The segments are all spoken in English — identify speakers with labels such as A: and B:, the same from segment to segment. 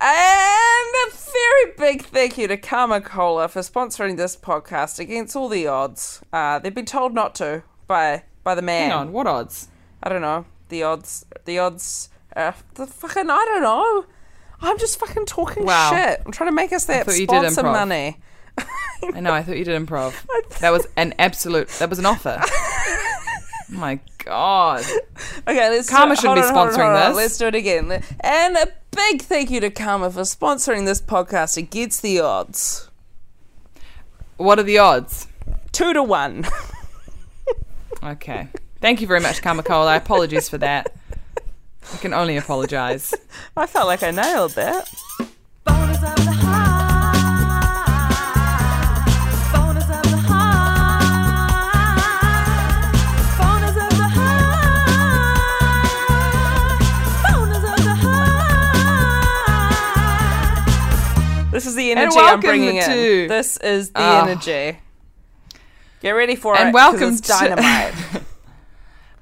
A: And a very big thank you to Karma Cola for sponsoring this podcast against all the odds. Uh, they've been told not to by by the man.
B: Hang on, what odds?
A: I don't know. The odds. The odds. Uh, the fucking. I don't know. I'm just fucking talking
B: Wow.
A: shit. I'm trying to make us that
B: thought you did
A: sponsor
B: improv.
A: money.
B: I know. I thought you did improv. That was an absolute. That was an offer. Oh My God.
A: Okay, let's
B: Karma
A: do,
B: should
A: hold
B: be
A: on, hold on,
B: sponsoring
A: hold on.
B: this.
A: Let's do it again. And a big thank you to Karma for sponsoring this podcast against the odds.
B: What are the odds?
A: Two to one.
B: Okay. Thank you very much, Kamakola. Apologies for that. I can only apologize.
A: I felt like I nailed that.
C: Bonus of the high. Bonus of the high. Bonus of the high. Bonus of the high.
A: This is the energy I'm
B: welcome
A: bringing
B: to-
A: in. This is the
B: Ah.
A: energy. Get ready for it.
B: And
A: 'cause
B: welcome
A: it's
B: to-
A: dynamite.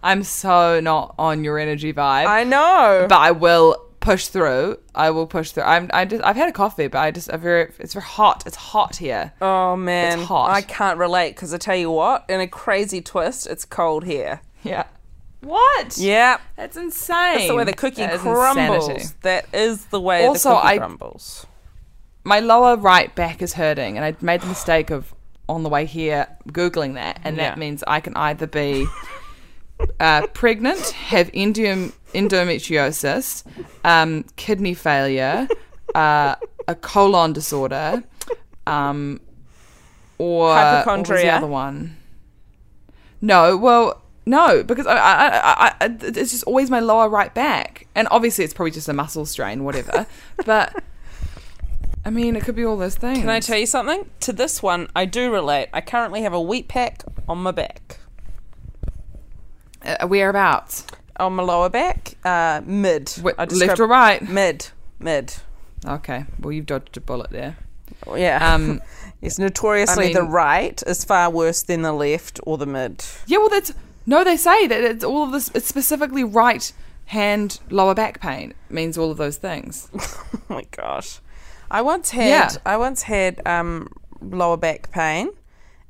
B: I'm so not on your energy vibe,
A: I know.
B: but I will push through. I will push through. I'm. I just. I've had a coffee, but I just. I very. It's very hot. It's hot here.
A: oh man,
B: It's hot.
A: I can't relate because I tell you what, in a crazy twist, it's cold here.
B: Yeah. What?
A: Yeah,
B: That's insane.
A: that's the way the cookie
B: That is
A: crumbles.
B: insanity.
A: That is the way
B: Also,
A: the cookie
B: I-
A: crumbles.
B: my lower right back is hurting and I made the mistake of on the way here googling that and that
A: Yeah.
B: means I can either be uh, pregnant, have endom- endometriosis, um, kidney failure, uh, a colon disorder, um, or what was the
A: Hypochondria?
B: other one? No, well, no, because I, I, I, I, it's just always my lower right back, and obviously it's probably just a muscle strain, whatever. but I mean, it could be all those things.
A: Can I tell you something? To this one, I do relate. I currently have a wheat pack on my back,
B: Uh, whereabouts?
A: on my lower back, uh, mid.
B: Wh-
A: I
B: left
A: describe-
B: or right?
A: Mid, mid.
B: Okay. Well, you've dodged a bullet there.
A: Yeah.
B: Um,
A: It's notoriously
B: I mean-
A: the right is far worse than the left or the mid.
B: yeah. Well, that's no. They say that it's all of this. It's specifically right hand lower back pain means all of those things.
A: Oh my gosh. I once had
B: Yeah.
A: I once had um, lower back pain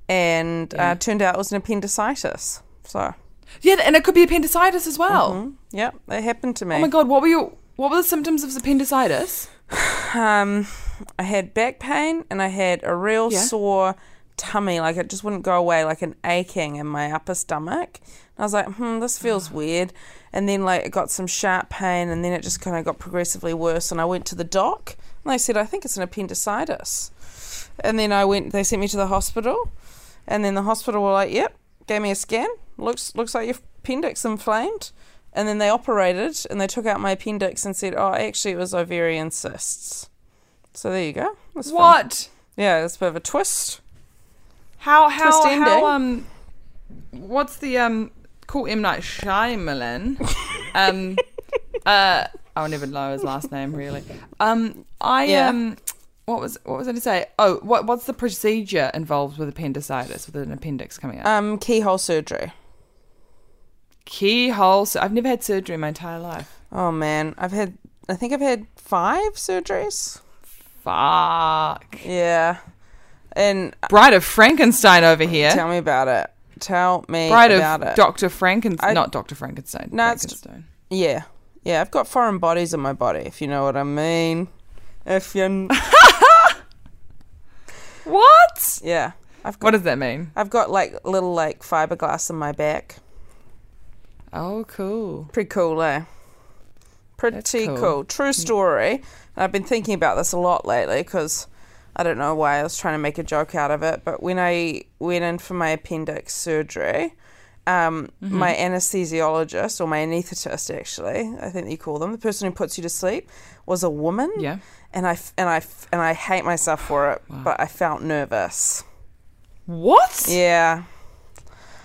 A: and uh, turned out it was an appendicitis. So
B: Yeah, and it could be appendicitis as well.
A: yeah, that happened to me.
B: Oh my god, what were you? What were the symptoms of appendicitis?
A: Um I had back pain and I had a real
B: Yeah.
A: sore tummy, like it just wouldn't go away, like an aching in my upper stomach. And I was like, hmm, this feels weird. And then like it got some sharp pain and then it just kinda got progressively worse and I went to the doc and they said, I think it's an appendicitis. And then I went they sent me to the hospital and then the hospital were like, Yep, gave me a scan. Looks looks like your appendix inflamed and then they operated and they took out my appendix and said, Oh, actually it was ovarian cysts. So there you go. That's fun.
B: What?
A: Yeah, it's a bit of a twist.
B: How how
A: Twist ending.
B: how um? What's the um? Call M Night Shyamalan. um, uh, I'll never know his last name really. Um, I
A: Yeah.
B: um, what was what was I going to say? Oh, what what's the procedure involved with appendicitis with an appendix coming out?
A: Um, keyhole surgery.
B: Keyhole. So I've never had surgery in my entire life.
A: Oh man, I've had. I think I've had five surgeries.
B: Fuck.
A: Yeah, and
B: Bride of Frankenstein over here.
A: tell me about it. Tell me
B: Bride
A: about
B: of
A: it.
B: Doctor Frankenstein.
A: I-
B: Not Doctor Frankenstein.
A: No, it's-
B: Frankenstein.
A: yeah, yeah. I've got foreign bodies in my body, if you know what I mean. If you, kn-
B: What?
A: yeah, I've got.
B: What does that mean?
A: I've got like little like fiberglass in my back.
B: Oh, cool.
A: Pretty cool, eh? Pretty
B: cool. Mm.
A: cool. True story. And I've been thinking about this a lot lately because I don't know why I was trying to make a joke out of it, but when I went in for my appendix surgery, um,
B: Mm-hmm.
A: my anesthesiologist or my anesthetist, actually, I think you call them, the person who puts you to sleep, was a woman.
B: Yeah.
A: And I f- and I f- and I hate myself for it, but I felt nervous.
B: What?
A: Yeah.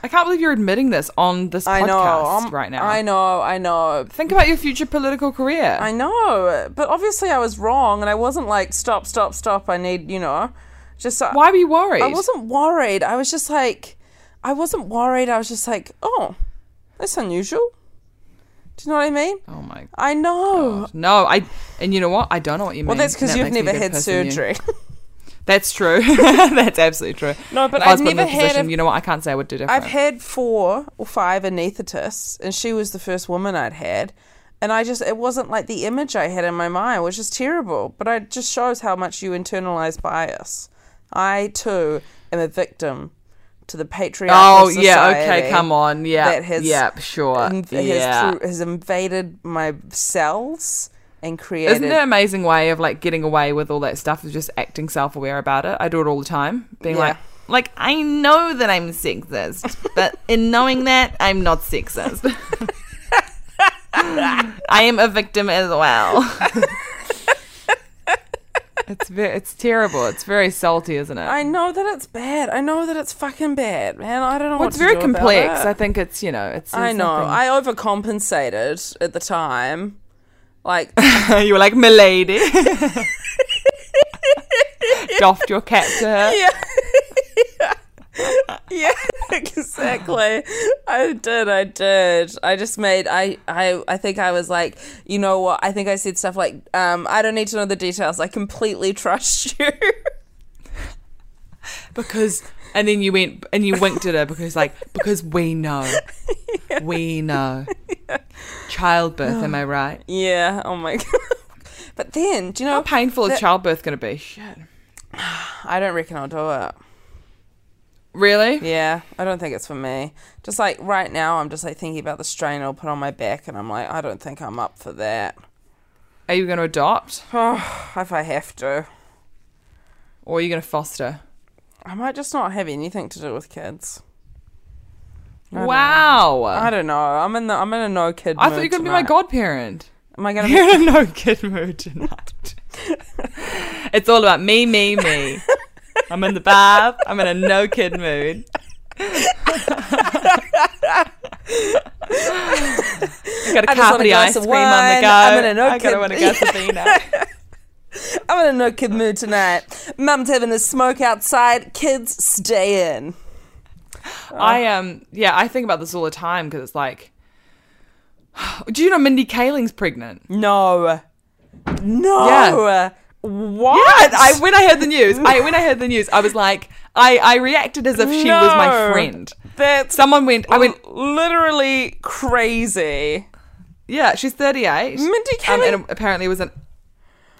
B: I can't believe you're admitting this on this
A: I
B: podcast
A: know. um,
B: right now.
A: I know. I know.
B: Think about your future political career.
A: I know. But obviously, I was wrong, and I wasn't like, stop, stop, stop. I need, you know, just uh,
B: Why were you worried?
A: I wasn't worried. I was just like, I wasn't worried. I was just like, oh, that's unusual. Do you know what I mean?
B: Oh my
A: I know.
B: god. No, I. And you know what? I don't know what you
A: Well,
B: mean.
A: that's because
B: and that
A: you've
B: makes me a
A: never had
B: good person, you.
A: surgery.
B: That's true. That's absolutely true.
A: No, but
B: If I was
A: I've
B: put in
A: never
B: your
A: had
B: position,
A: a-
B: You know what? I can't say I would do different.
A: I've had four or five anesthetists, and she was the first woman I'd had. And I just, it wasn't like the image I had in my mind, which is terrible, but it just shows how much you internalize bias. I, too, am a victim to the patriarchal
B: oh yeah. Okay.
A: society
B: Come on. Yeah.
A: that has
B: Yep. Sure.
A: inv-
B: yeah.
A: has, tru- has invaded my cells and created.
B: Isn't it an amazing way of like getting away with all that stuff of just acting self aware about it? I do it all the time. Being
A: Yeah.
B: like like I know that I'm sexist, but in knowing that I'm not sexist. I am a victim as well. it's ve- it's terrible. It's very salty, isn't it?
A: I know that it's bad. I know that it's fucking bad, man. I don't know.
B: well,
A: what
B: it's
A: to
B: very
A: do about
B: complex.
A: it.
B: I think it's you know it's.
A: I
B: it's
A: know.
B: nothing.
A: I overcompensated at the time. Like,
B: you were like milady. Doffed your cap to her.
A: yeah. yeah, exactly. I did. I did. I just made. I. I. I think I was like, you know what? I think I said stuff like, um, I don't need to know the details. I completely trust you.
B: because and then you went and you winked at her because like because we know we know childbirth am i right
A: yeah. Oh my god. But then, do you
B: how
A: know?
B: painful is
A: Oh, that-
B: childbirth going to be shit
A: I don't reckon I'll do it.
B: really
A: Yeah, I don't think it's for me. Just like right now, I'm just like thinking about the strain it'll put on my back, and I'm like, I don't think I'm up for that.
B: are you going to adopt
A: If I have to,
B: or are you going to foster
A: I might just not have anything to do with kids.
B: wow
A: I
B: i,
A: don't know. I'm in the I'm in a no kid.
B: thought
A: mood
B: you were going to be
A: tonight.
B: my godparent
A: Am I gonna? Be-
B: you're in a no kid mood tonight it's all about me me me i'm in the bath i'm in a no kid mood I got a
A: I just want a
B: carpety
A: glass
B: ice
A: of
B: cream on the
A: wine.
B: go.
A: I'm in a no
B: I gotta
A: kid-
B: want a glass of vino.
A: I'm in a no kid mood tonight. Mum's having a smoke outside. Kids stay in.
B: I um yeah, I think about this all the time because it's like, do you know Mindy Kaling's pregnant?
A: No, no.
B: Yeah.
A: What?
B: Yeah, I when I heard the news, I when I heard the news, I was like, I I reacted as if she was my
A: No.
B: friend.
A: That's
B: Someone went, I went,
A: literally crazy.
B: yeah, she's thirty eight.
A: Mindy
B: um,
A: Kaling-
B: and apparently it was an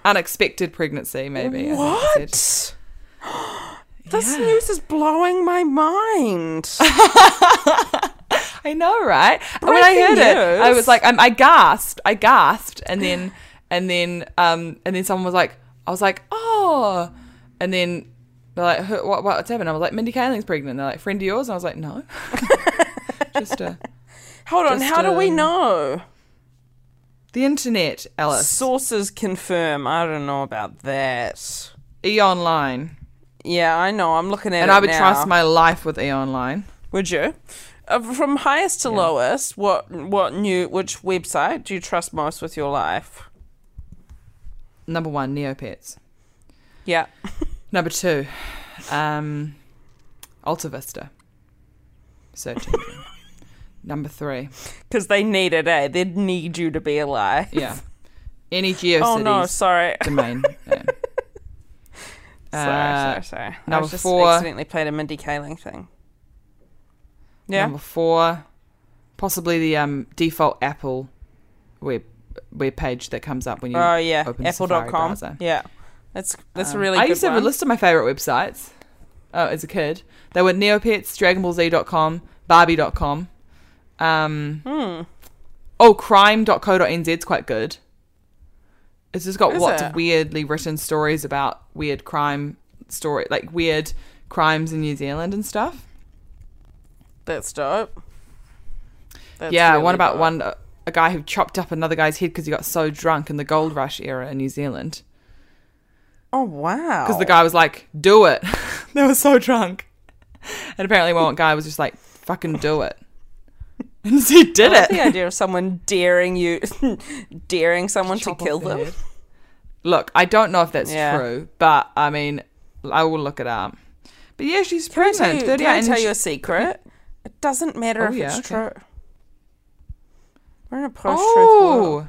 B: unexpected pregnancy. Maybe I think they said.
A: What? This news is blowing my mind.
B: I know, right? And when I heard
A: Breaking
B: it, I
A: news.
B: was like, I'm, I gasped, I gasped, and then, and then, um, and then someone was like, I was like, oh, and then they're like, "Who- what, what's happened? I was like, Mindy Kaling's pregnant. And they're like, friend of yours, and I was like, no, just uh,
A: Hold on,
B: Just,
A: how do we
B: um,
A: know?
B: the internet, Alice,
A: Sources confirm. I don't know about that.
B: E Online,
A: Yeah, I know. I'm looking at
B: and
A: it
B: I would
A: now.
B: trust my life with E Online.
A: Would you? Uh, from highest to lowest, what what new which website do you trust most with your life?
B: Number one, Neopets.
A: Yeah.
B: Number two, um, Alta Vista. Search engine. Number three.
A: Because they need it, eh? They need you to be alive.
B: Yeah. Any GeoCities
A: Oh no, sorry.
B: domain name.
A: sorry,
B: Uh,
A: sorry, sorry. I
B: number
A: was just
B: four.
A: accidentally played a Mindy Kaling thing. Yeah.
B: Number four, possibly the um, default Apple web web page that comes up when you
A: Oh yeah,
B: open the Safari
A: apple.com.
B: browser.
A: Yeah. That's that's a
B: Um,
A: really
B: I
A: good
B: used to have
A: one.
B: a list of my favorite websites. Oh, as a kid, they were Neopets, DragonBallZ.com, Barbie.com. Um,
A: Hmm.
B: Oh, crime.co.nz is quite good. It's just got
A: Is
B: lots
A: it?
B: of weirdly written stories about weird crime story, like weird crimes in New Zealand and stuff.
A: That's dope. That's
B: yeah, one
A: really
B: about
A: bad.
B: one a guy who chopped up another guy's head because he got so drunk in the gold rush era in New Zealand.
A: Oh wow.
B: Because the guy was like, "Do it," they were so drunk, and apparently one guy was just like, "Fucking do it," and so he did
A: I love the
B: it.
A: idea of someone daring you, daring someone to
B: Chop off
A: kill
B: their
A: them.
B: head. Look, I don't know if that's
A: Yeah.
B: true, but I mean, I will look it up. But yeah, she's pregnant,
A: Dude,
B: thirty-eight.
A: Can I
B: and
A: tell
B: she-
A: you a secret? It doesn't matter
B: Oh,
A: if
B: yeah,
A: it's
B: okay.
A: true. We're in a post-truth world.
B: Oh,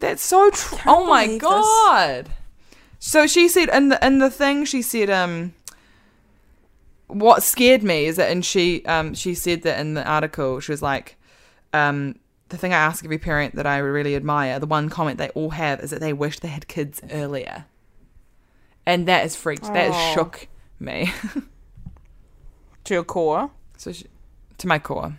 B: that's so true. Oh my
A: believe this.
B: god. So she said, in the in the thing, she said, um, what scared me is that, and she um she said that in the article, she was like, um, the thing I ask every parent that I really admire, the one comment they all have is that they wish they had kids earlier, and that is freaked. That
A: Oh.
B: has shook me.
A: To your core.
B: So she, to my core,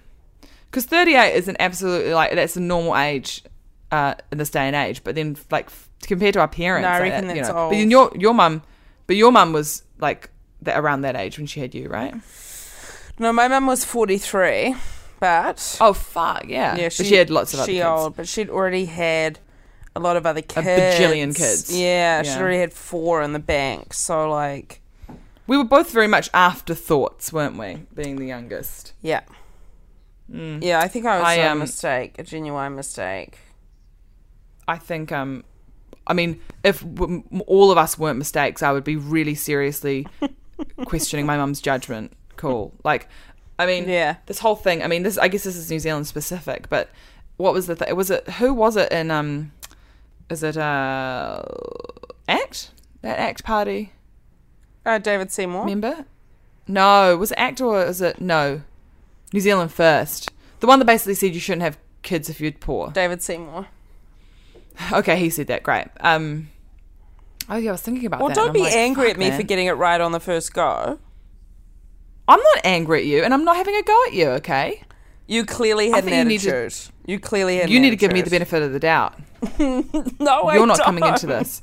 B: because thirty eight is an absolutely like that's a normal age uh, in this day and age. But then like f- compared to our parents,
A: No, I
B: like,
A: reckon
B: that,
A: that's
B: you know. But then
A: old.
B: your your mum, but your mum was like that around that age when she had you, right?
A: No, my mum was 43, but
B: Oh fuck yeah,
A: yeah,
B: but she had lots of other
A: she
B: kids.
A: old, but she'd already had a lot of other kids.
B: bajillion kids.
A: Yeah,
B: Yeah.
A: she'd already had four in the bank. So like,
B: We were both very much afterthoughts, weren't we? Being the youngest.
A: yeah, yeah. I think I was
B: I,
A: a
B: um,
A: mistake, a genuine mistake.
B: I think um I mean if w- m- all of us weren't mistakes I would be really seriously questioning my mum's judgment call like I mean
A: Yeah.
B: this whole thing I mean this I guess this is New Zealand specific but what was the thing was it who was it in um is it uh act that act party
A: Uh, David Seymour.
B: Remember? No, was it ACT or is it no? New Zealand First, the one that basically said you shouldn't have kids if you're poor.
A: David Seymour.
B: Okay, he said that. Great. Um, oh yeah, I was thinking about
A: Well,
B: that. and
A: don't
B: I'm
A: be
B: like,
A: angry
B: fuck,
A: at me
B: man.
A: for getting it right on the first go.
B: I'm not angry at you, and I'm not having a go at you. Okay,
A: You clearly
B: I
A: had an
B: think you need
A: attitude.
B: to-
A: You, clearly had.
B: you
A: an
B: need to give me the
A: attitude.
B: benefit of the doubt.
A: No, I
B: You're not
A: don't.
B: coming into this.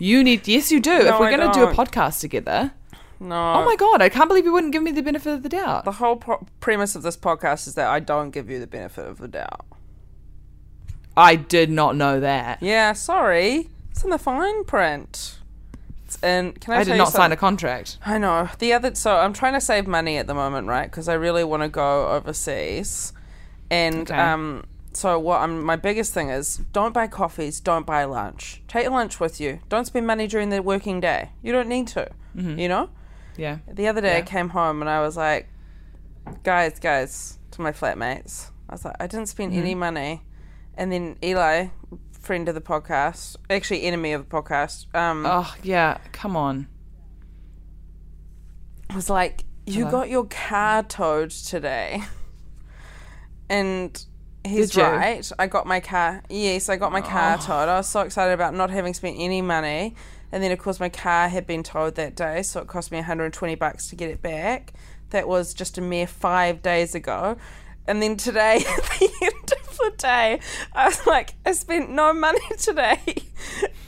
B: You need. Yes, you do. if
A: No,
B: we're
A: I
B: going to do a
A: don't.
B: podcast together,
A: No.
B: oh my god, I can't believe you wouldn't give me the benefit of the doubt.
A: The whole pro- premise of this podcast is that I don't give you the benefit of the doubt.
B: I did not know that.
A: Yeah, sorry. It's in the fine print. It's in. Can I,
B: I
A: tell
B: did
A: you
B: not sign a
A: something?
B: contract.
A: I know. The other. So I'm trying to save money at the moment, right? Because I really want to go overseas. And
B: Okay.
A: um, so what? I'm my biggest thing is don't buy coffees, don't buy lunch. Take lunch with you. Don't spend money during the working day. You don't need to. You know.
B: Yeah.
A: The other day I
B: Mm-hmm. Yeah.
A: came home and I was like, guys, guys, to my flatmates. I was like, I didn't spend any
B: Mm-hmm.
A: money. And then Eli, friend of the podcast, actually enemy of the podcast, um,
B: Oh yeah. Come on.
A: was like, you got your car towed today. and he's
B: Did you? Oh.
A: right. I got my car. Yes, I got my car towed. I was so excited about not having spent any money. And then, of course, my car had been towed that day, so it cost me 120 bucks to get it back. That was just a mere five days ago. And then today, at the end of the day, I was like, I spent no money today.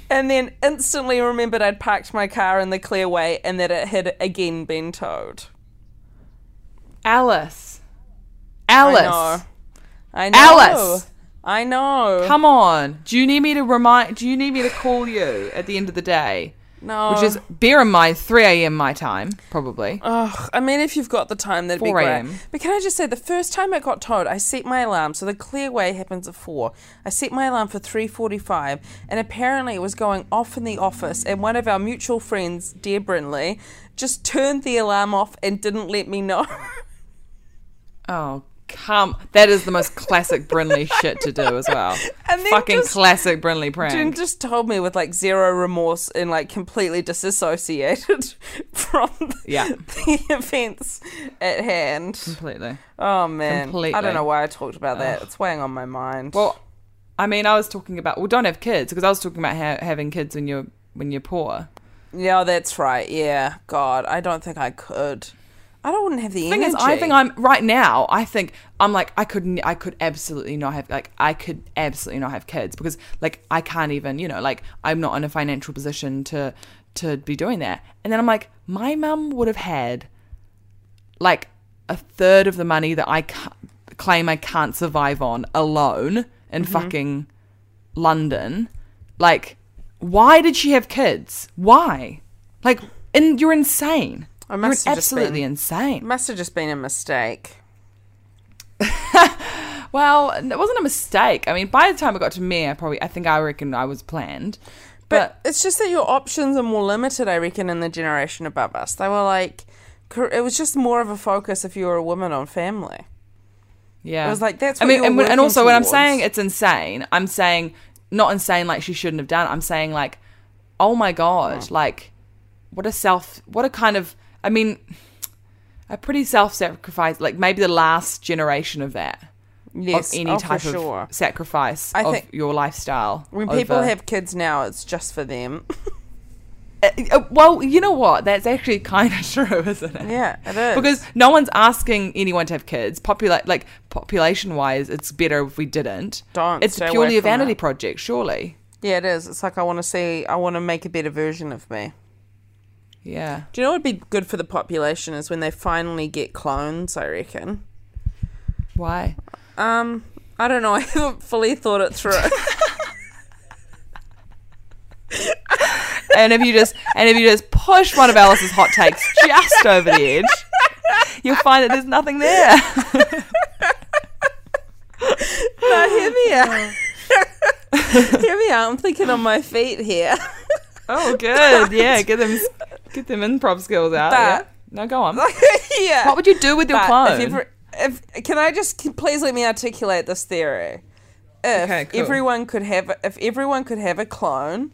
A: And then instantly remembered I'd parked my car in the clear way and that it had again been towed.
B: Alice. Alice.
A: I know. I know.
B: Alice.
A: I know.
B: Come on. Do you need me to remind do you need me to call you at the end of the day?
A: no.
B: Which is bear in mind three AM my time, probably.
A: Ugh, I mean, if you've got the time, that'd be
B: 4
A: great.
B: a.m..
A: But can I just say, the first time I got told, I set my alarm. So the clear way happens at four. I set my alarm for three forty-five, and apparently it was going off in the office. And one of our mutual friends, Dear Brinley, just turned the alarm off and didn't let me know.
B: oh come that is the most classic Brinley shit to do as well.
A: And then
B: Fucking
A: just-
B: classic Brinley prank.
A: Jim just told me with like zero remorse and like completely disassociated from the,
B: Yeah.
A: the events at hand.
B: Completely.
A: Oh man, I
B: Completely.
A: don't know why I talked about that. It's weighing on my mind.
B: Well I mean I was talking about well don't have kids because I was talking about ha- having kids when you're when you're poor.
A: yeah, that's right. Yeah, God, I don't think I could. I don't wouldn't have the
B: thing
A: energy.
B: is, I think I'm right now. I think I'm like I could n- I could absolutely not have like I could absolutely not have kids because like I can't even you know like I'm not in a financial position to to be doing that. And then I'm like my mum would have had like a third of the money that I ca- claim I can't survive on alone in fucking London. Like, why did she have kids? Why? Like, and you're insane.
A: I must
B: you're
A: have just
B: absolutely
A: been-
B: insane.
A: Must have just been a mistake.
B: Well, it wasn't a mistake. I mean, by the time I got to me, I probably, I think I reckon I was planned. But,
A: But it's just that your options are more limited, I reckon, in the generation above us. They were like, cor- it was just more of a focus if you were a woman on family.
B: yeah,
A: it was like, that's
B: I
A: what
B: mean,
A: you were
B: and, when- and
A: working
B: also when I'm
A: towards.
B: saying it's insane, I'm saying not insane like she shouldn't have done. it. I'm saying like, oh my god,
A: Mm.
B: like, what a self, what a kind of, I mean, a pretty self-sacrifice. Like maybe the last generation of that.
A: Yes,
B: of any
A: oh, for
B: type of
A: sure.
B: sacrifice
A: I
B: of
A: think-
B: your lifestyle.
A: When people
B: over-
A: have kids now, it's just for them.
B: Uh, uh, well, you know what? That's actually kind of true, isn't it?
A: yeah, it is.
B: Because no one's asking anyone to have kids. Popula- like population-wise, it's better if we didn't.
A: Don't.
B: It's
A: Stay away
B: purely a
A: from it.
B: vanity project, surely.
A: yeah, it is. It's like I want to see, I want to make a better version of me.
B: Yeah.
A: Do you know what would be good for the population is when they finally get clones, I reckon.
B: Why?
A: Um, I don't know. I haven't fully thought it through.
B: and if you just and if you just push one of Alice's hot takes just over the edge, you'll find that there's nothing there.
A: no, hear me out. hear me out. I'm thinking on my feet here.
B: Oh, good. Yeah, get them get them improv skills out. yeah.
A: But-
B: No, go on.
A: yeah.
B: What would you do with your
A: But
B: clone?
A: if every- if- can I just c- please let me articulate this theory? If
B: Okay, cool.
A: everyone could have, if everyone could have a clone,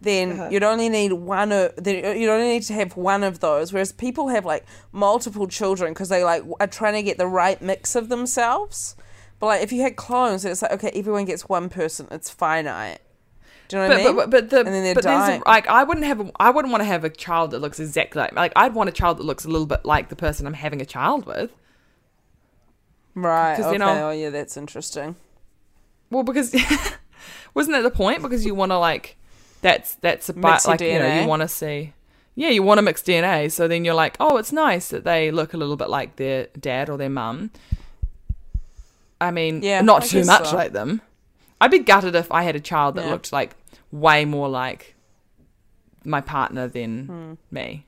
A: then you'd only need one. Of, then you'd only need to have one of those. Whereas people have like multiple children because they like are trying to get the right mix of themselves. But like if you had clones, then it's like okay, everyone gets one person. It's finite. Do you know
B: but,
A: what I mean?
B: but but the
A: and then they're
B: but there's a-
A: dying.
B: like I wouldn't have a, I wouldn't want to have a child that looks exactly like like I'd want a child that looks a little bit like the person I'm having a child with.
A: right.
B: 'cause
A: Okay.
B: then I'll-
A: oh yeah, that's interesting.
B: Well, because wasn't that the point? Because you want to like that's that's about
A: Mix your
B: like you know you
A: DNA.
B: want to see yeah you want to mix DNA. So then you're like oh it's nice that they look a little bit like their dad or their mum. I mean
A: Yeah,
B: not
A: I
B: too
A: guess
B: much
A: so.
B: like them. I'd be gutted if I had a child that
A: Yeah.
B: looked like way more like my partner than
A: Hmm.
B: me.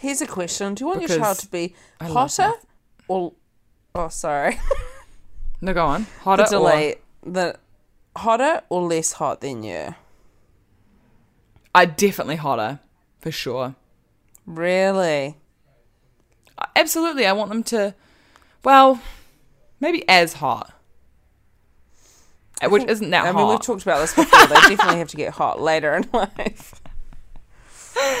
A: Here's a question: Do you want your
B: Because
A: child to be
B: love
A: hotter or? Oh, sorry.
B: No, go on.
A: the
B: Hotter or
A: delay. The hotter or less hot than you?
B: I Uh, definitely hotter for sure.
A: Really?
B: Uh, Absolutely, I want them to. Well, maybe as hot, Uh, which isn't that
A: I
B: hot.
A: mean, we've talked about this before. they definitely have to get hot later in life.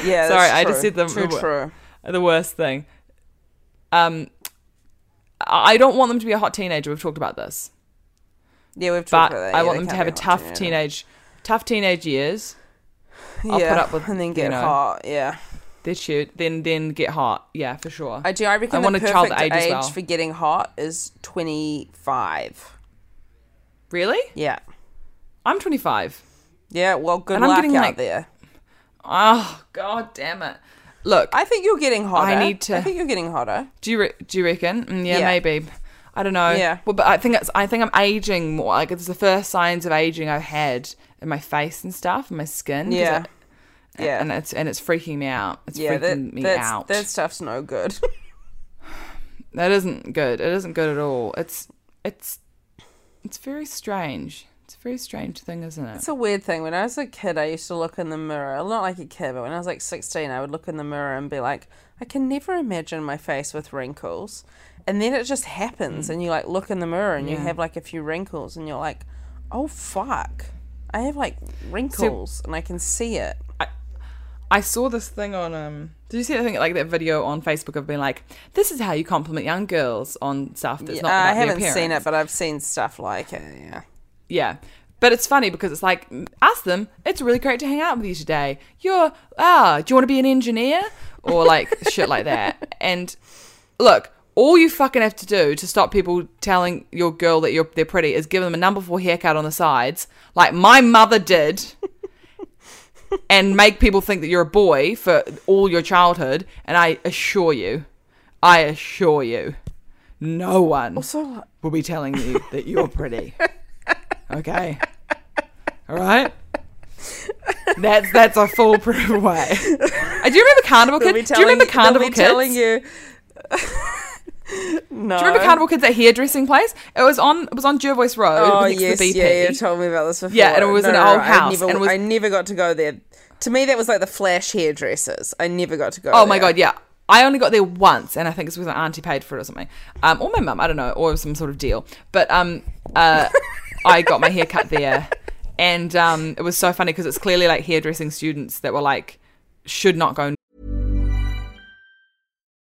A: Yeah. that's
B: Sorry, I
A: true.
B: just said the-
A: Too true.
B: the worst thing. Um, I I don't want them to be a hot teenager. We've talked about this,
A: Yeah, we've
B: but
A: talked about that.
B: I
A: Yeah, they
B: want them to
A: can't
B: have
A: be
B: a tough
A: hot teenager.
B: teenage, tough teenage years. I'll put
A: Yeah,
B: up with,
A: and then
B: you
A: get
B: know.
A: hot. Yeah.
B: They're cute, then then get hot. Yeah, for sure.
A: I do. I reckon
B: I
A: the
B: want a
A: perfect
B: child age as well.
A: for getting hot is twenty five.
B: really?
A: Yeah.
B: I'm 25.
A: Yeah. Well, good
B: And I'm
A: luck
B: getting,
A: out
B: like,
A: there.
B: Oh God, damn it! Look,
A: I think you're getting hotter.
B: need to-
A: I think you're getting hotter.
B: Do you re- do you reckon? Mm, yeah,
A: Yeah.
B: maybe. I don't know.
A: Yeah.
B: Well, but I think it's I think I'm aging more. Like it's the first signs of aging I've had in my face and stuff, and my skin. 'cause
A: Yeah.
B: I-
A: Yeah.
B: And it's and it's freaking me out. It's
A: yeah,
B: freaking
A: that,
B: me
A: that's,
B: out.
A: that stuff's no good.
B: That isn't good. It isn't good at all. It's it's it's very strange. It's a very strange thing, isn't it?
A: it's a weird thing. When I was a kid, I used to look in the mirror. Not like a kid, but when I was like 16, I would look in the mirror and be like, I can never imagine my face with wrinkles. And then it just happens, and you like look in the mirror and you have like a few wrinkles, and you're like, oh fuck, I have like wrinkles and I can see it.
B: I saw this thing on um did you see that thing like that video on Facebook of being like, This is how you compliment young girls on stuff that's
A: Yeah, I
B: not about their
A: haven't seen
B: appearance."
A: it, but I've seen stuff like it. Yeah.
B: Yeah. But it's funny because it's like, mm, ask them, it's really great to hang out with you today. You're, ah, do you want to be an engineer? Or like shit like that. And look, all you fucking have to do to stop people telling your girl that you're, they're pretty is give them a number four haircut on the sides, like my mother did, and make people think that you're a boy for all your childhood. And I assure you, I assure you, no one
A: So
B: will be telling you that you're pretty. Okay. All right. That's that's a foolproof way. Uh, Do you remember Carnival
A: they'll be
B: Kids? Do you remember
A: telling- they'll be
B: Carnival
A: telling
B: Kids?
A: you. no.
B: Do you remember Carnival Kids that hairdressing place? It was on it was on Jervois Road.
A: Oh
B: next to
A: yes,
B: BP.
A: yeah, you told me about this before.
B: E Yeah, and it was an old house,
A: I never,
B: and it was-
A: I never got to go there. To me, that was like the flash hairdressers. I never got to go.
B: Oh my
A: there.
B: god, yeah. I only got there once, and I think it's because my auntie paid for it or something, um, or my mum. I don't know, or some sort of deal. But um, uh, I got my hair cut there, and um, it was so funny because it's clearly like hairdressing students that were like should not go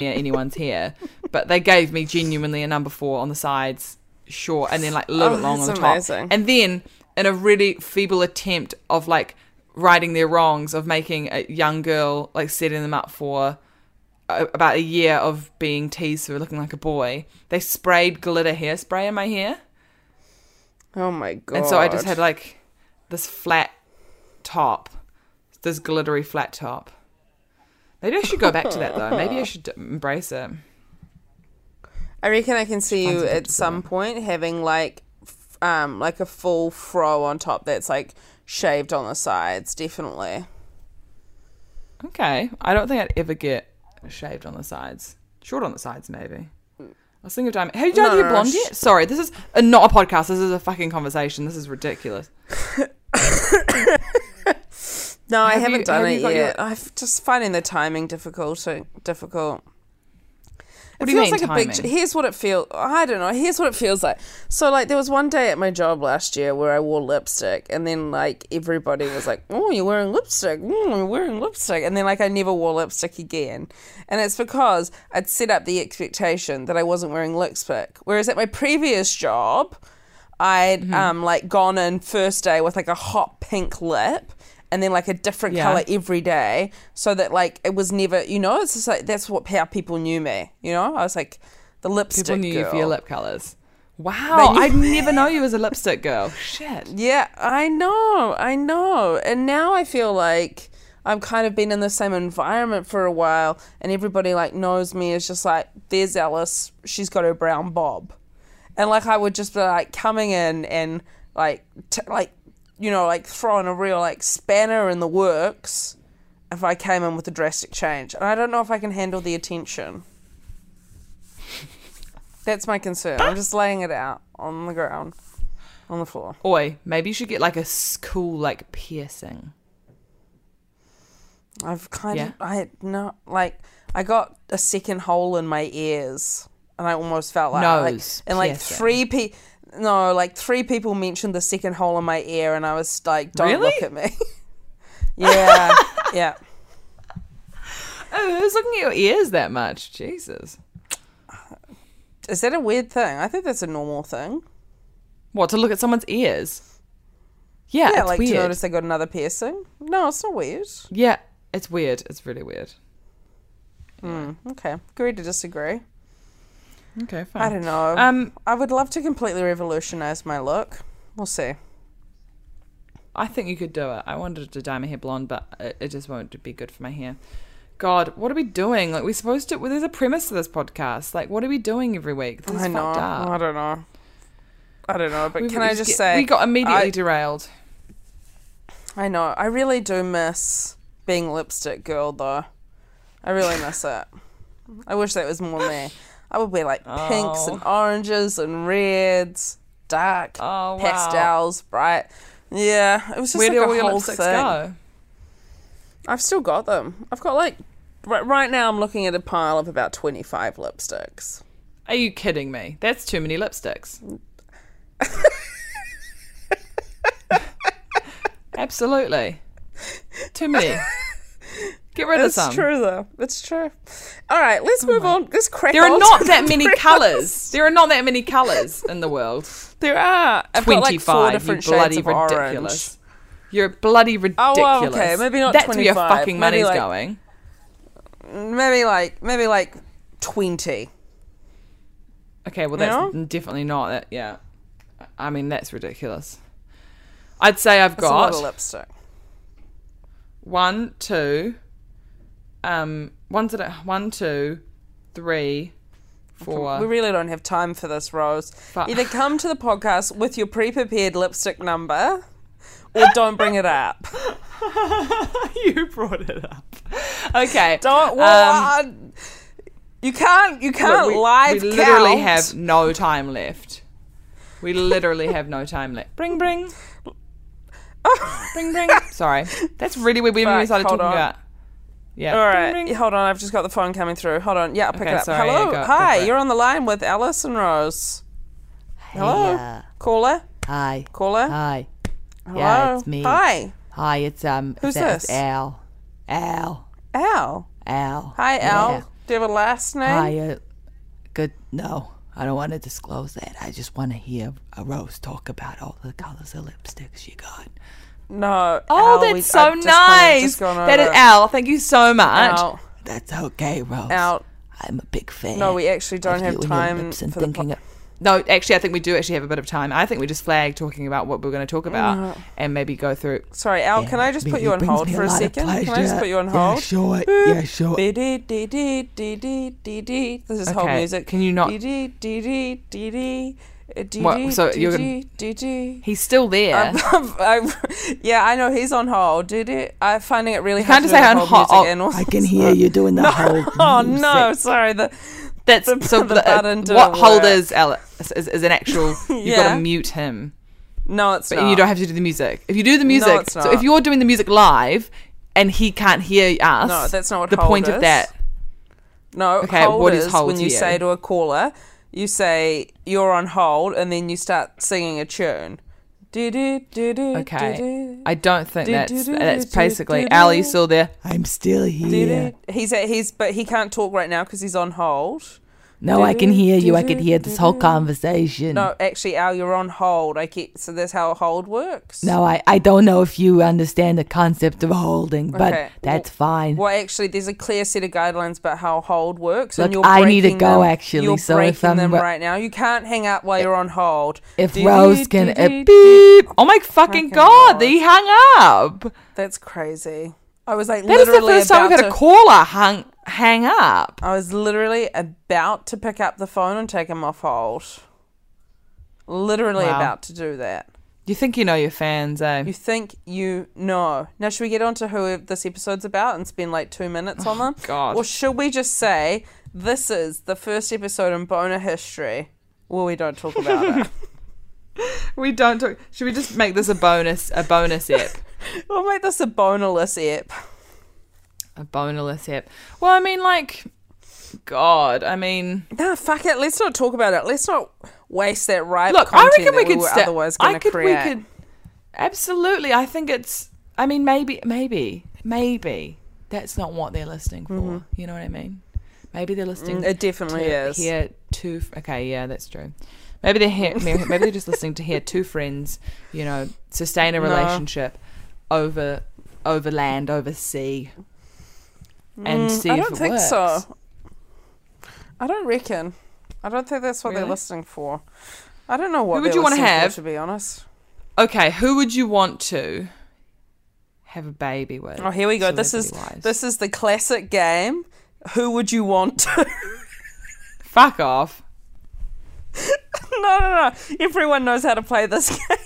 B: near anyone's hair. But they gave me genuinely a number four on the sides, short, and then like a little
A: Oh,
B: bit long on the
A: that's amazing.
B: top. And then in a really feeble attempt of like righting their wrongs of making a young girl like setting them up for a, about a year of being teased for looking like a boy, they sprayed glitter hairspray in my hair,
A: Oh my god.
B: and so I just had like this flat top, this glittery flat top. Maybe I should go back to that though. Maybe I should embrace it.
A: I reckon I can see you at some point having like, f- um, like a full fro on top that's like shaved on the sides. Definitely.
B: Okay. I don't think I'd ever get shaved on the sides. Short on the sides, maybe. I was thinking of diamond. Have you dyed
A: No,
B: your
A: no,
B: blonde
A: sh-
B: yet? Sorry, this is uh, not a podcast. This is a fucking conversation. This is ridiculous.
A: No, I
B: Have
A: haven't
B: you-
A: done
B: have you
A: it
B: got your-
A: yet. I'm just finding the timing difficult. uh, Difficult.
B: What
A: it
B: do you
A: feels
B: mean
A: like
B: timing?
A: a big. Here's what it feels. I don't know. Here's what it feels like. So like there was one day at my job last year where I wore lipstick, and then like everybody was like, "Oh, you're wearing lipstick. Mm, you're wearing lipstick." And then like I never wore lipstick again, and it's because I'd set up the expectation that I wasn't wearing lipstick. Whereas at my previous job, I'd
B: Mm-hmm.
A: um like gone in first day with like a hot pink lip. And then like a different
B: Yeah.
A: color every day, so that like it was never, you know, it's just like that's what how people knew me. You know, I was like the lipstick
B: People knew
A: girl.
B: you for your lip colours. Wow.
A: knew-
B: I'd never know you as a lipstick girl. Shit.
A: Yeah, I know, I know. And now I feel like I've kind of been in the same environment for a while, and everybody like knows me as just like, there's Alice, she's got her brown bob, and like I would just be like coming in and like t- like you know like throwing a real like spanner in the works if I came in with a drastic change, and I don't know if I can handle the attention. That's my concern. I'm just laying it out on the ground, on the floor.
B: Oi, maybe you should get like a s- cool like piercing.
A: I've kind
B: Yeah.
A: of I no like I got a second hole in my ears, and I almost felt like like-
B: Nose
A: and like
B: piercing.
A: three people. No, like three people mentioned the second hole in my ear, and I was like, "Don't look
B: Really?
A: at me." yeah, yeah.
B: Oh, who's looking at your ears that much? Jesus.
A: Is that a weird thing? I think that's a normal thing.
B: What to look at someone's ears? Yeah,
A: Yeah,
B: it's
A: like
B: weird.
A: to notice they got another piercing. No, it's not weird.
B: yeah, it's weird. It's really weird.
A: Hmm, Okay, agree to disagree.
B: Okay, fine.
A: I don't know.
B: Um,
A: I would love to completely revolutionize my look. We'll see.
B: I think you could do it. I wanted to dye my hair blonde, but it, it just won't be good for my hair. God, what are we doing? Like, we're supposed to. Well, there's a premise to this podcast. Like, what are we doing every week? This is
A: I know.
B: fucked up.
A: I don't know. I don't know. But
B: We
A: can
B: were
A: I just
B: get-
A: say
B: we got immediately
A: I,
B: derailed?
A: I know. I really do miss being lipstick girl though. I really miss it. I wish that was more me. I would wear like pinks and oranges and reds, dark
B: Oh, wow.
A: pastels, bright. Yeah, it was just
B: Where
A: like
B: did
A: a
B: all your
A: whole
B: lipsticks
A: thing.
B: go?
A: I've still got them. I've got like right, right now. I'm looking at a pile of about twenty five lipsticks.
B: Are you kidding me? That's too many lipsticks. Absolutely, too many. Get rid
A: It's
B: of some.
A: true though. It's true. All right, let's move on. Let's crack.
B: Oh There
A: on
B: are
A: to
B: not
A: the
B: that many
A: breakfast.
B: colours. There are not that many colours in the world.
A: There are. I've got like four
B: 25,
A: different
B: you bloody
A: shades of orange. Oh,
B: ridiculous. You're bloody ridiculous.
A: well, okay, maybe not
B: That's where your
A: 25,
B: fucking
A: maybe
B: money's
A: like-
B: going.
A: Maybe like maybe like twenty.
B: Okay, well, that's
A: know?
B: definitely not it. Yeah. I mean, that's ridiculous. I'd say I've
A: That's a lot
B: got
A: of lipstick.
B: one, two, um, one's at a, one, two, three, four.
A: We really don't have time for this, Rose. Either come to the podcast with your pre-prepared lipstick number, or don't bring it up.
B: you brought it up. Okay.
A: Don't.
B: um,
A: Well, I- you can't. You can't
B: we,
A: live.
B: we literally
A: count.
B: have no time left. We literally have no time left. Bring, bring. bring, bring. Sorry. That's really weird. We haven't even
A: Fuck,
B: started
A: hold
B: talking
A: on.
B: about. Yeah.
A: All
B: bring,
A: right,
B: bring.
A: hold on. I've just got the phone coming through. Hold on. Yeah, I'll pick
B: Okay,
A: it up.
B: sorry,
A: Hello.
B: yeah, go- go
A: Hi,
B: for it.
A: you're on the line with Alice and Rose. Hello. Caller.
D: Hi.
A: Caller.
D: Hi.
A: Hello.
D: Uh, yeah, it's me.
A: Hi.
D: Hi, it's um
A: Who's
D: it's- it's
A: this?
D: Al. Al.
A: Al.
D: Al.
A: Hi, Al.
D: Yeah.
A: Do you have a last name?
D: Hi, uh, good no. I don't want to disclose that. I just want to hear uh, Rose talk about all the colors of lipstick she got.
A: No.
B: Oh,
A: Al,
B: that's
A: we-
B: so
A: I've just gone-
B: nice.
A: just gone
B: That is
A: over it.
B: Al. Thank you so much.
A: Al.
D: That's okay, Rose.
A: Al.
D: I'm a big fan.
A: No, we actually don't
D: of
A: have
D: you and your
A: time
D: lips and
A: for the
D: thinking
A: po-
D: of-
B: No, actually, I think we do actually have a bit of time. I think we just flag talking about what we're going to talk about and maybe go through.
A: Sorry, Al. can I
D: Yeah,
A: just
D: it
A: put you on
D: brings
A: hold
D: me
A: for a
D: lot of
A: second? Can I just
D: pleasure.
A: put you on
D: Yeah,
A: hold?
D: sure. Yeah, sure.
A: Dee dee dee dee dee dee dee dee. This is whole
B: Okay,
A: music.
B: can you not-
A: Dee dee dee dee dee dee. uh, dee,
B: What,
A: dee,
B: so
A: dee,
B: you're gonna-
A: dee, dee, dee.
B: He's still there.
A: I've- I've- I've- yeah, I know he's on hold. Did it? I'm finding it really hard
B: can't just
A: to do
B: say
A: the
B: on
A: hold
B: ho-
A: music and also-
D: I can hear you doing the whole
A: Oh
D: music.
A: no, sorry. The
B: That's
A: The-
B: so.
A: the
B: the- uh,
A: button didn't
B: what hold
A: work.
B: is, Al- is is an actual. You've got
A: Yeah.
B: to mute him,
A: no, it's
B: but
A: not.
B: you don't have to do the music. If you do the music,
A: it's
B: so if
A: not.
B: you're doing the music live and he can't hear us,
A: No, that's not what
B: the
A: hold
B: point of
A: is.
B: that.
A: No,
B: Okay,
A: hold
B: what is
A: is,
B: hold
A: when
B: to
A: you
B: you?
A: say to a caller, you say you're on hold, and then you start singing a tune.
B: Okay,
A: Okay.
B: I don't think
A: Do, do,
B: that's
A: do,
B: that's
A: do, do,
B: basically.
A: do,
B: Al, you
A: do.
B: still there?
D: I'm still here.
A: He's at, he's but he can't talk right now because he's on hold.
D: No, I can hear you. I can hear this whole conversation.
A: No, actually, Al, you're on hold. I keep so that's how hold works.
D: No, I, I don't know if you understand the concept of holding, but
A: Okay.
D: that's
A: Well-
D: fine.
A: Well, actually, there's a clear set of guidelines about how hold works. and
D: Look,
A: you're
D: I need to
A: breaking
D: go,
A: them-
D: actually,
A: You're
D: so if
A: breaking
D: I'm
A: them
D: ro-
A: right now. You can't hang up while you're on hold.
D: If
A: Do,
D: Rose
A: do,
D: can
A: do,
D: uh,
A: do,
D: beep,
B: Oh my
A: Fucking
B: fucking god!
A: God.
B: He hung up.
A: That's crazy. I was like
B: That is the
A: literally
B: first time
A: about
B: we've had a
A: to-
B: caller hung hang up.
A: I was literally about to pick up the phone and take him off hold. Literally
B: Wow.
A: about to do that.
B: You think you know your fans, eh?
A: You think you know. Now, should we get on to who this episode's about and spend like two minutes on them?
B: Oh, God.
A: Or should we just say this is the first episode in boner history where we don't talk about it?
B: We don't talk. Should we just make this a bonus? A bonus app.
A: We'll make this a bonerless ep.
B: a bonerless app. Well, I mean, like, God. I mean,
A: Nah, fuck it. Let's not talk about it. Let's not waste that ripe
B: look. I
A: content
B: reckon
A: that
B: we
A: we
B: could.
A: were
B: sta-
A: otherwise
B: I
A: going to
B: could.
A: create.
B: We could. Absolutely. I think it's. I mean, maybe, maybe, maybe that's not what they're listening for. You know what I mean? Maybe they're listening.
A: Mm-hmm. Mm, it definitely
B: to
A: is.
B: Hear two. f- Okay, yeah, that's true. Maybe they're hear, maybe they're just listening to hear two friends. You know, sustain a relationship over over land, over sea, and see
A: Mm, I
B: if
A: don't
B: it
A: think
B: works.
A: so. I don't reckon. I don't think that's what
B: Really?
A: they're listening for. I don't know what
B: Who would
A: they're
B: you wanna
A: listening for,
B: have?
A: To be honest.
B: Okay, who would you want to have a baby with?
A: Oh, here we go. This is
B: celebrity-wise?
A: this is the classic game. Who would you want to?
B: Fuck off.
A: no, no, no. Everyone knows how to play this game.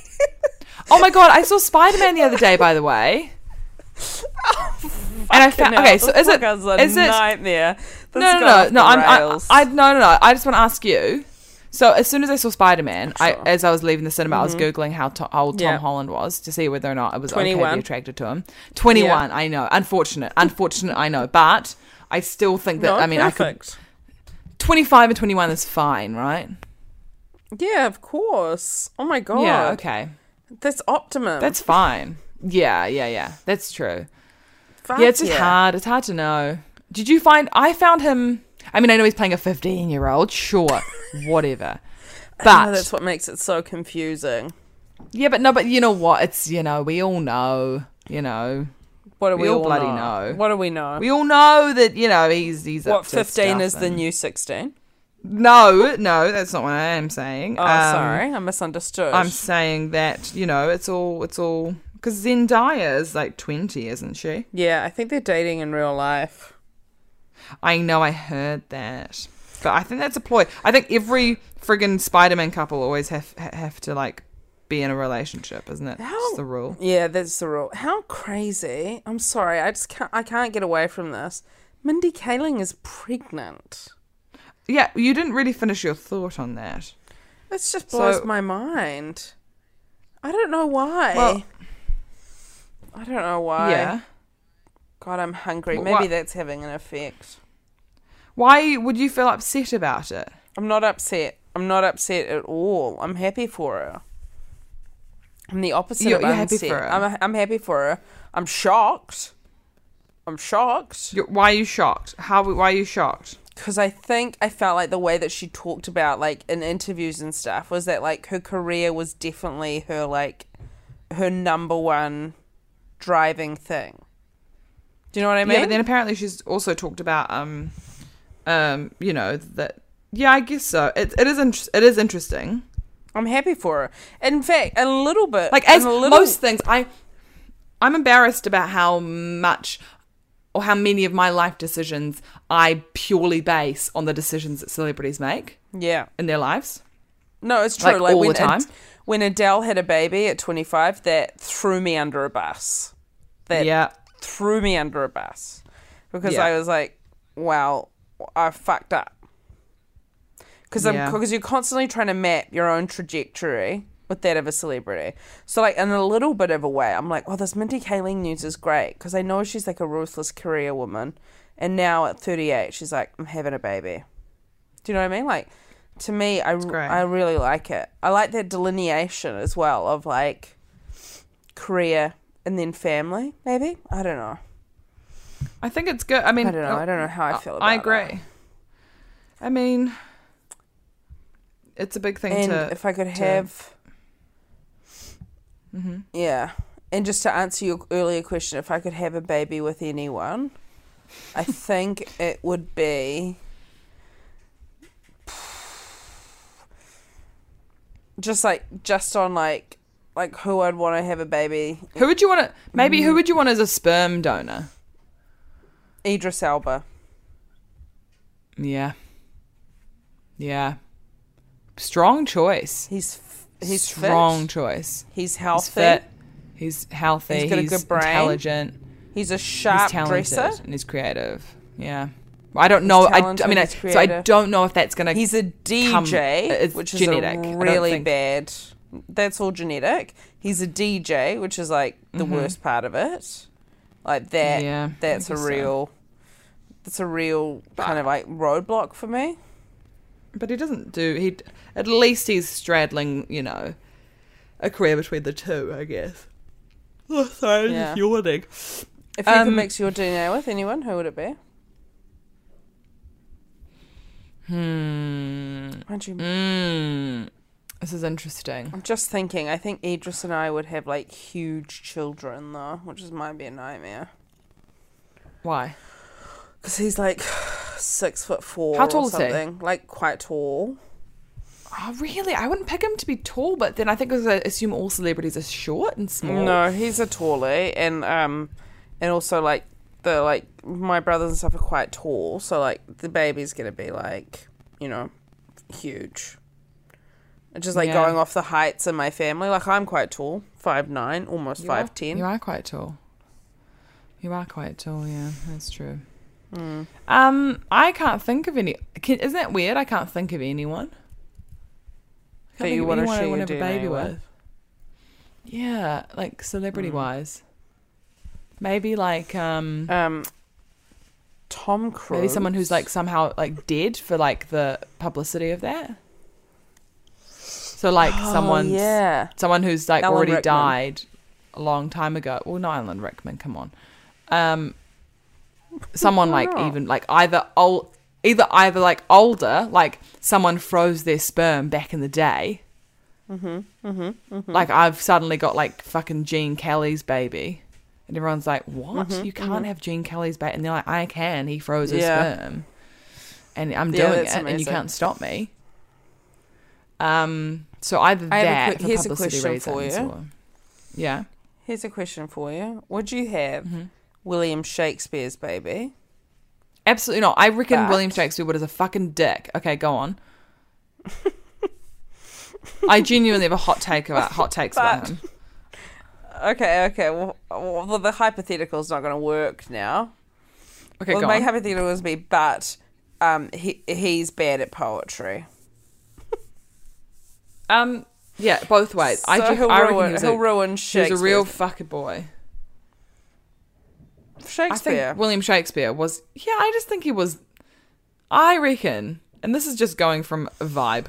B: Oh my god, I saw Spider Man the other day. By the way. and I found
A: Now,
B: okay. So
A: this
B: is it
A: podcast
B: is
A: a
B: it
A: nightmare? This
B: no
A: has
B: no
A: gone
B: no
A: off
B: no
A: the
B: I'm, I,
A: rails.
B: I no no no I just want to ask you. So as soon as I saw Spider Man, I as I was leaving the cinema, I was googling how to, how old Tom
A: Mm-hmm. Yeah.
B: Holland was to see whether or not I was okay to
A: 21.
B: be attracted to him. Twenty one, I know. Unfortunate, unfortunate, I know. But I still think that
A: No,
B: I mean I could
A: perfect.
B: twenty five and twenty one is fine, right?
A: Yeah, of course. Oh my god.
B: Yeah. Okay.
A: That's optimum.
B: That's fine. Yeah, yeah, yeah. That's true.
A: Fuck
B: yeah, it's just hard. It's hard to know. Did you find? I found him. I mean, I know he's playing a 15 year old. Sure, whatever.
A: Oh,
B: But
A: that's what makes it so confusing.
B: yeah, but no, but you know what? It's you know we all know. You know
A: What do we,
B: We all bloody know.
A: What do we know?
B: we all know that you know he's he's up
A: what
B: to
A: fifteen
B: stuff
A: is the
B: and-
A: new sixteen?
B: No, no, that's not what I am saying.
A: Oh,
B: Um,
A: sorry, I misunderstood.
B: I'm saying that you know it's all it's all because Zendaya is like 20, isn't she?
A: yeah, I think they're dating in real life.
B: I know I heard that, but I think that's a ploy. I think every friggin' Spider-Man couple always have ha- have to like be in a relationship, isn't it? It's the rule.
A: Yeah, that's the rule. How crazy! I'm sorry, I just can't. I can't get away from this. Mindy Kaling is pregnant.
B: Yeah, you didn't really finish your thought on that.
A: It just
B: So-
A: blows my mind. I don't know why.
B: Well-
A: I don't know why.
B: Yeah.
A: God, I'm hungry.
B: Wh-
A: Maybe
B: what-
A: that's having an effect.
B: Why would you feel upset about it?
A: I'm not upset. I'm not upset at all. I'm happy for her. I'm the opposite
B: You're-
A: of
B: you're
A: upset.
B: happy for her.
A: I'm, I'm happy for her. I'm shocked. I'm shocked
B: you why are you shocked? How? Why are you shocked?
A: because I think I felt like the way that she talked about like in interviews and stuff was that like her career was definitely her like her number one driving thing. Do you know what I mean?
B: Yeah, but then apparently she's also talked about um, um, you know that. Yeah, I guess so. It, it is inter- it is interesting.
A: I'm happy for her. In fact, a little bit
B: like as
A: in a little,
B: most things i i'm embarrassed about how much or how many of my life decisions i purely base on the decisions that celebrities make
A: yeah.
B: in their lives
A: No, it's true.
B: Like,
A: Like,
B: all
A: when
B: the time?
A: Ad- when Adele had a baby at 25, that threw me under a bus. That
B: Yeah.
A: threw me under a bus because
B: Yeah.
A: I was like, "Wow, I fucked up." Because
B: Yeah.
A: I'm because you're constantly trying to map your own trajectory with that of a celebrity. So like in a little bit of a way, I'm like, "Oh, this Minty Kaling news is great," because I know she's like a ruthless career woman, and now at 38, she's like, "I'm having a baby." Do you know what I mean? Like, to me, I,
B: great.
A: I really like it. I like that delineation as well of like career and then family, maybe? I don't know.
B: i think it's good i mean uh,
A: I don't know. I don't know how I feel about
B: Oh, i
A: it.
B: agree i mean it's a big thing
A: And
B: to
A: if I could
B: to- Mm-hmm.
A: have. Yeah. And just to answer your earlier question, if I could have a baby with anyone, I think it would be. Just like, just on like, like who I'd want to have a baby.
B: who would you want to maybe
A: Mm.
B: who would you want as a sperm donor
A: Idris Elba.
B: yeah yeah strong choice
A: He's f- he's
B: strong
A: fit.
B: choice
A: He's
B: He's
A: healthy.
B: fit. He's healthy. He's
A: He's got a good brain.
B: intelligent.
A: He's a
B: He's
A: sharp
B: talented
A: dresser.
B: and he's creative. Yeah. I don't know. I, I
A: talented,
B: mean, I,
A: he's
B: so I
A: creative.
B: don't know if that's gonna.
A: He's a
B: come-
A: DJ,
B: it's
A: which
B: genetic. I
A: is a
B: don't
A: really
B: think-
A: bad. That's all genetic. He's a DJ, which is like the worst part of it. Like that.
B: Mm-hmm. Yeah, I
A: that's a
B: guess so.
A: real. That's a real kind of like roadblock for me.
B: But he doesn't do. He at least he's straddling. You know, a career between the two. I guess. Oh, sorry, I'm
A: Yeah.
B: just yawning.
A: If you could
B: Um,
A: mix your DNA with anyone, who would it be? Hmm. Aren't you?
B: Mm, this is interesting.
A: I'm just thinking. I think Idris and I would have like huge children though, which is might be a nightmare.
B: Why?
A: Because he's like six foot four.
B: How tall
A: or
B: is he?
A: something. Like quite tall.
B: Oh, really? I wouldn't pick him to be tall, but then I think 'cause I assume all celebrities are short and small.
A: No, he's a tallie, and um, and also like the like my brothers and stuff are quite tall, so like the baby's gonna be like you know huge. It's just like
B: Yeah.
A: going off the heights in my family. Like I'm quite tall, five nine, almost
B: You are-
A: five ten.
B: You are quite tall. You are quite tall. Yeah, that's true.
A: Hmm.
B: Um, I can't think of any. Can, isn't that weird? I can't think of anyone. I
A: That
B: can't think
A: you
B: of
A: wanna
B: anyone I
A: share
B: wanna
A: your
B: have a baby
A: DNA with.
B: Yeah, like celebrity wise.
A: Hmm.
B: Maybe like um,
A: Um, Tom Cruise.
B: maybe someone who's like somehow like dead for like the publicity of that. So like
A: Oh,
B: someone's
A: yeah.
B: someone who's like
A: Alan
B: already
A: Rickman.
B: died a long time ago. Well, not Alan Rickman. Come on. Um, someone like even like either old either either like older like someone froze their sperm back in the day mm-hmm, mm-hmm, like i've suddenly got like fucking gene kelly's baby and everyone's like what
A: Mm-hmm,
B: you can't have gene kelly's baby and they're like i can he froze his
A: Yeah.
B: sperm and i'm
A: Yeah,
B: doing it
A: that's
B: and you
A: amazing.
B: can't stop me um so either
A: I have a
B: that
A: que-
B: for
A: here's a
B: publicity
A: question for
B: reasons
A: you.
B: or- yeah
A: Here's a question for you. Would you have William Shakespeare's baby?
B: Absolutely not. I reckon
A: But-
B: William Shakespeare was a fucking dick. Okay, go on. I genuinely have a hot take about hot takes about
A: But-
B: him.
A: Okay, okay. Well, well the hypothetical's not going to work now.
B: Okay,
A: well,
B: go
A: my
B: on.
A: hypothetical was be, but um, he he's bad at poetry.
B: um, yeah, both ways. I,
A: So
B: do,
A: he'll
B: I reckon
A: ruin-
B: he was
A: he'll
B: a,
A: ruin
B: He was a real
A: Shakespeare's-
B: fucking boy. I think
A: Shakespeare.
B: William Shakespeare was. Yeah, I just think he was. I reckon, and this is just going from vibe.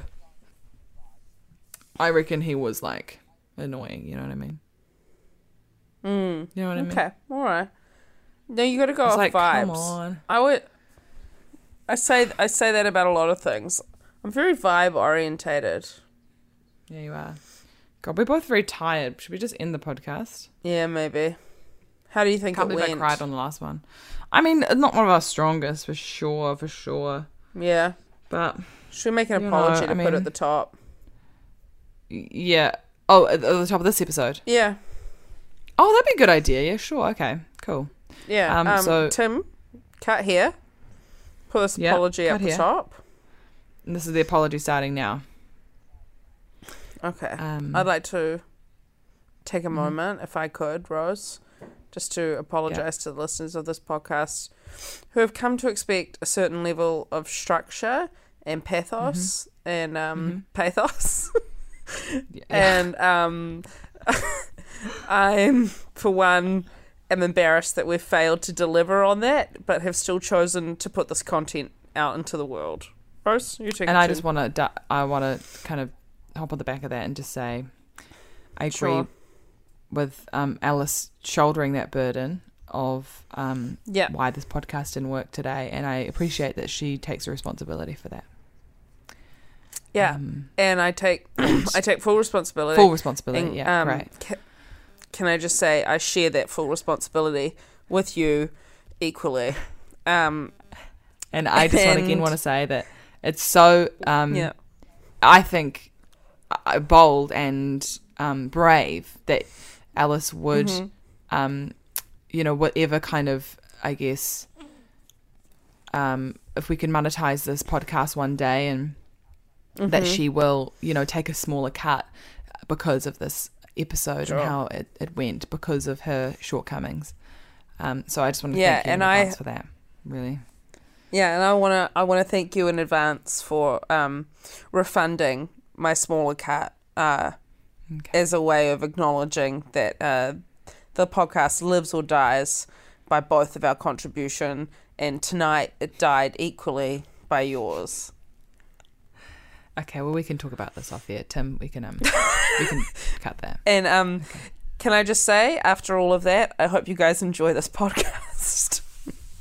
B: I reckon he was like annoying. You know what I mean? Mm, you know what I mean?
A: Hmm. okay, all right. No, you got to go
B: It's
A: off
B: like,
A: vibes.
B: come on.
A: I would. I say I say that about a lot of things. I'm very vibe orientated.
B: Yeah, you are. God, we're both very tired. Should we just end the podcast?
A: Yeah, maybe. How do you think
B: Can't
A: it
B: believe
A: went?
B: I cried on the last one. I mean, it's not one of our strongest for sure, for sure.
A: yeah.
B: But
A: Should we make an
B: You know,
A: apology to
B: I
A: put
B: mean-
A: at the top?
B: y- yeah. Oh, at at the top of this episode.
A: Yeah.
B: Oh, that'd be a good idea. Yeah, sure. Okay, cool.
A: Yeah. Um,
B: Um, so-
A: Tim, cut here. Put this
B: Yeah,
A: apology
B: cut
A: up the
B: here.
A: top.
B: And this is the apology starting now.
A: Okay.
B: Um, mm-hmm.
A: I'd like to take a moment, if I could, Rose, just to apologize to the listeners of this podcast who have come to expect a certain level of structure and pathos
B: Mm-hmm.
A: and um, pathos. and um, I'm, for one, am embarrassed that we've failed to deliver on that, but have still chosen to put this content out into the world. Rose, you take
B: And
A: it
B: I
A: too.
B: just want to, du- I want to kind of hop on the back of that and just say, I agree
A: Sure.
B: with um, Alice shouldering that burden of um,
A: Yeah.
B: why this podcast didn't work today, and I appreciate that she takes the responsibility for that.
A: Yeah, and I take I take full responsibility.
B: Um, Full responsibility,
A: And,
B: yeah,
A: um,
B: right.
A: ca- can I just say I share that full responsibility with you equally. Um,
B: And I just want again
A: And-
B: want to say that it's so um,
A: yeah,
B: I think uh, bold and um, brave that Alice would,
A: Mm-hmm.
B: um, you know, whatever kind of I guess, um, if we can monetize this podcast one day, and that
A: Mm-hmm.
B: she will, you know, take a smaller cut because of this episode and how it, it went because of her shortcomings. Um, so I just want to
A: Yeah,
B: thank you
A: and
B: in
A: I-
B: advance for that. Really.
A: yeah, and I wanna I wanna thank you in advance for um, refunding my smaller cut uh, as a way of acknowledging that uh, the podcast lives or dies by both of our contribution, and tonight it died equally by yours.
B: Okay, well we can talk about this off here, Tim. We can um, we can cut that.
A: And um, can I just say, after all of that, I hope you guys enjoy this podcast.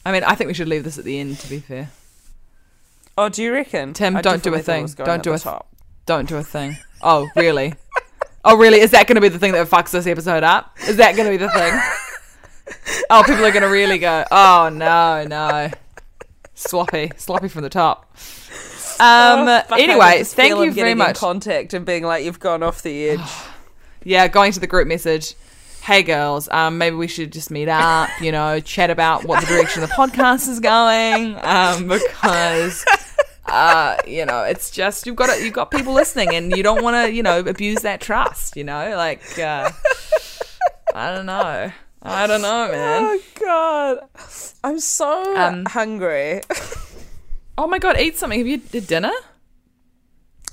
B: I mean, I think we should leave this at the end. To be fair,
A: Oh, do you reckon?
B: Tim,
A: I
B: don't do a
A: definitely thought it
B: thing.
A: was going
B: Don't
A: at
B: do
A: the
B: a th-
A: top.
B: don't do a thing. Oh, really? oh, really? Is that going to be the thing that fucks this episode up? Is that going to be the thing? oh, people are going to really go. Oh no, no, sloppy, sloppy from the top. Um.
A: Oh, fuck, I can
B: anyway,
A: just
B: thank
A: feel
B: you
A: him
B: very
A: getting In
B: much.
A: contact and being like, you've gone off the edge.
B: yeah, going to the group message. Hey girls, um, maybe we should just meet up, you know, chat about what the direction of the podcast is going, um, because uh, you know, it's just you've got you've got people listening, and you don't want to, you know, abuse that trust, you know, like uh, I don't know, I don't know, man.
A: oh God, I'm so
B: Um,
A: hungry.
B: Oh my god, eat something. Have you had dinner?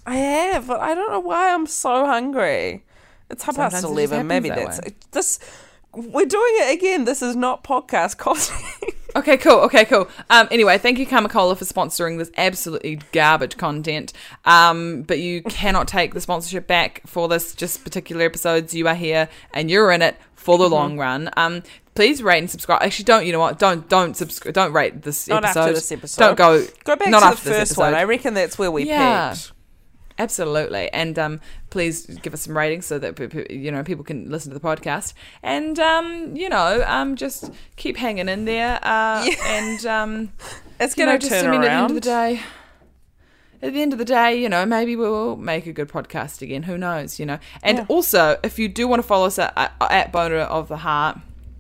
A: I have, but I don't know why I'm so hungry. It's half past
B: Sometimes it just
A: eleven. Maybe
B: happens that
A: that's this. We're doing it again. This is not podcast content.
B: Okay, cool. Okay, cool. Um, anyway, thank you, Coca-Cola, for sponsoring this absolutely garbage content. Um, but you cannot take the sponsorship back for this just particular episodes. You are here and you're in it for the
A: Mm-hmm.
B: long run. Um, please rate and subscribe. Actually, don't. You know what? Don't don't subscribe. Don't rate this
A: Not
B: episode.
A: after this episode.
B: Don't go.
A: Go back
B: not
A: to the
B: after this
A: first one.
B: episode.
A: I reckon that's where we
B: Yeah.
A: pegged.
B: Absolutely, and um, please give us some ratings so that pe- pe- you know people can listen to the podcast, and um, you know, um, just keep hanging in there, uh, and um,
A: It's
B: you
A: going
B: know,
A: to
B: just
A: turn
B: I mean, at the end
A: around.
B: of the day, at the end of the day, you know, maybe we'll make a good podcast again. Who knows? You know, and also if you do want to follow us at, at- at Boner of the Heart.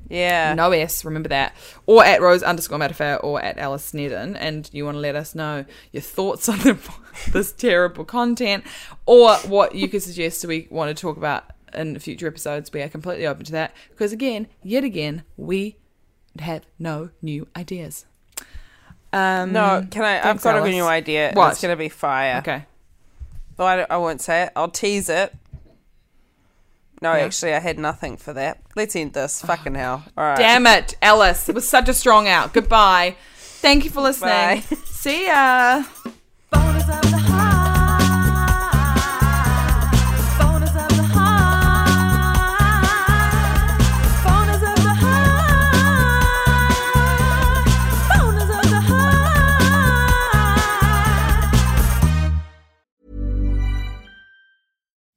A: yeah.
B: No S, remember that. Or at Rose underscore Matafair or at Alice Sneddon. And you want to let us know your thoughts on the, this terrible content or what you could suggest we want to talk about in future episodes. We are completely open to that because, again, yet again, we have no new ideas. Um,
A: No, can I? I've
B: thanks,
A: got a
B: Alice.
A: new idea. and
B: What?
A: It's going to be fire.
B: Okay.
A: Though I, don't- I won't say it. I'll tease it. No, actually, I had nothing for that. Let's end this. Fucking hell. All right.
B: Damn it, Alice. It was such a strong out. Goodbye. Thank you for listening.
A: Bye.
B: See ya.
C: Bonus of the high. Bonus of the high. Bonus of the high. Bonus of the high.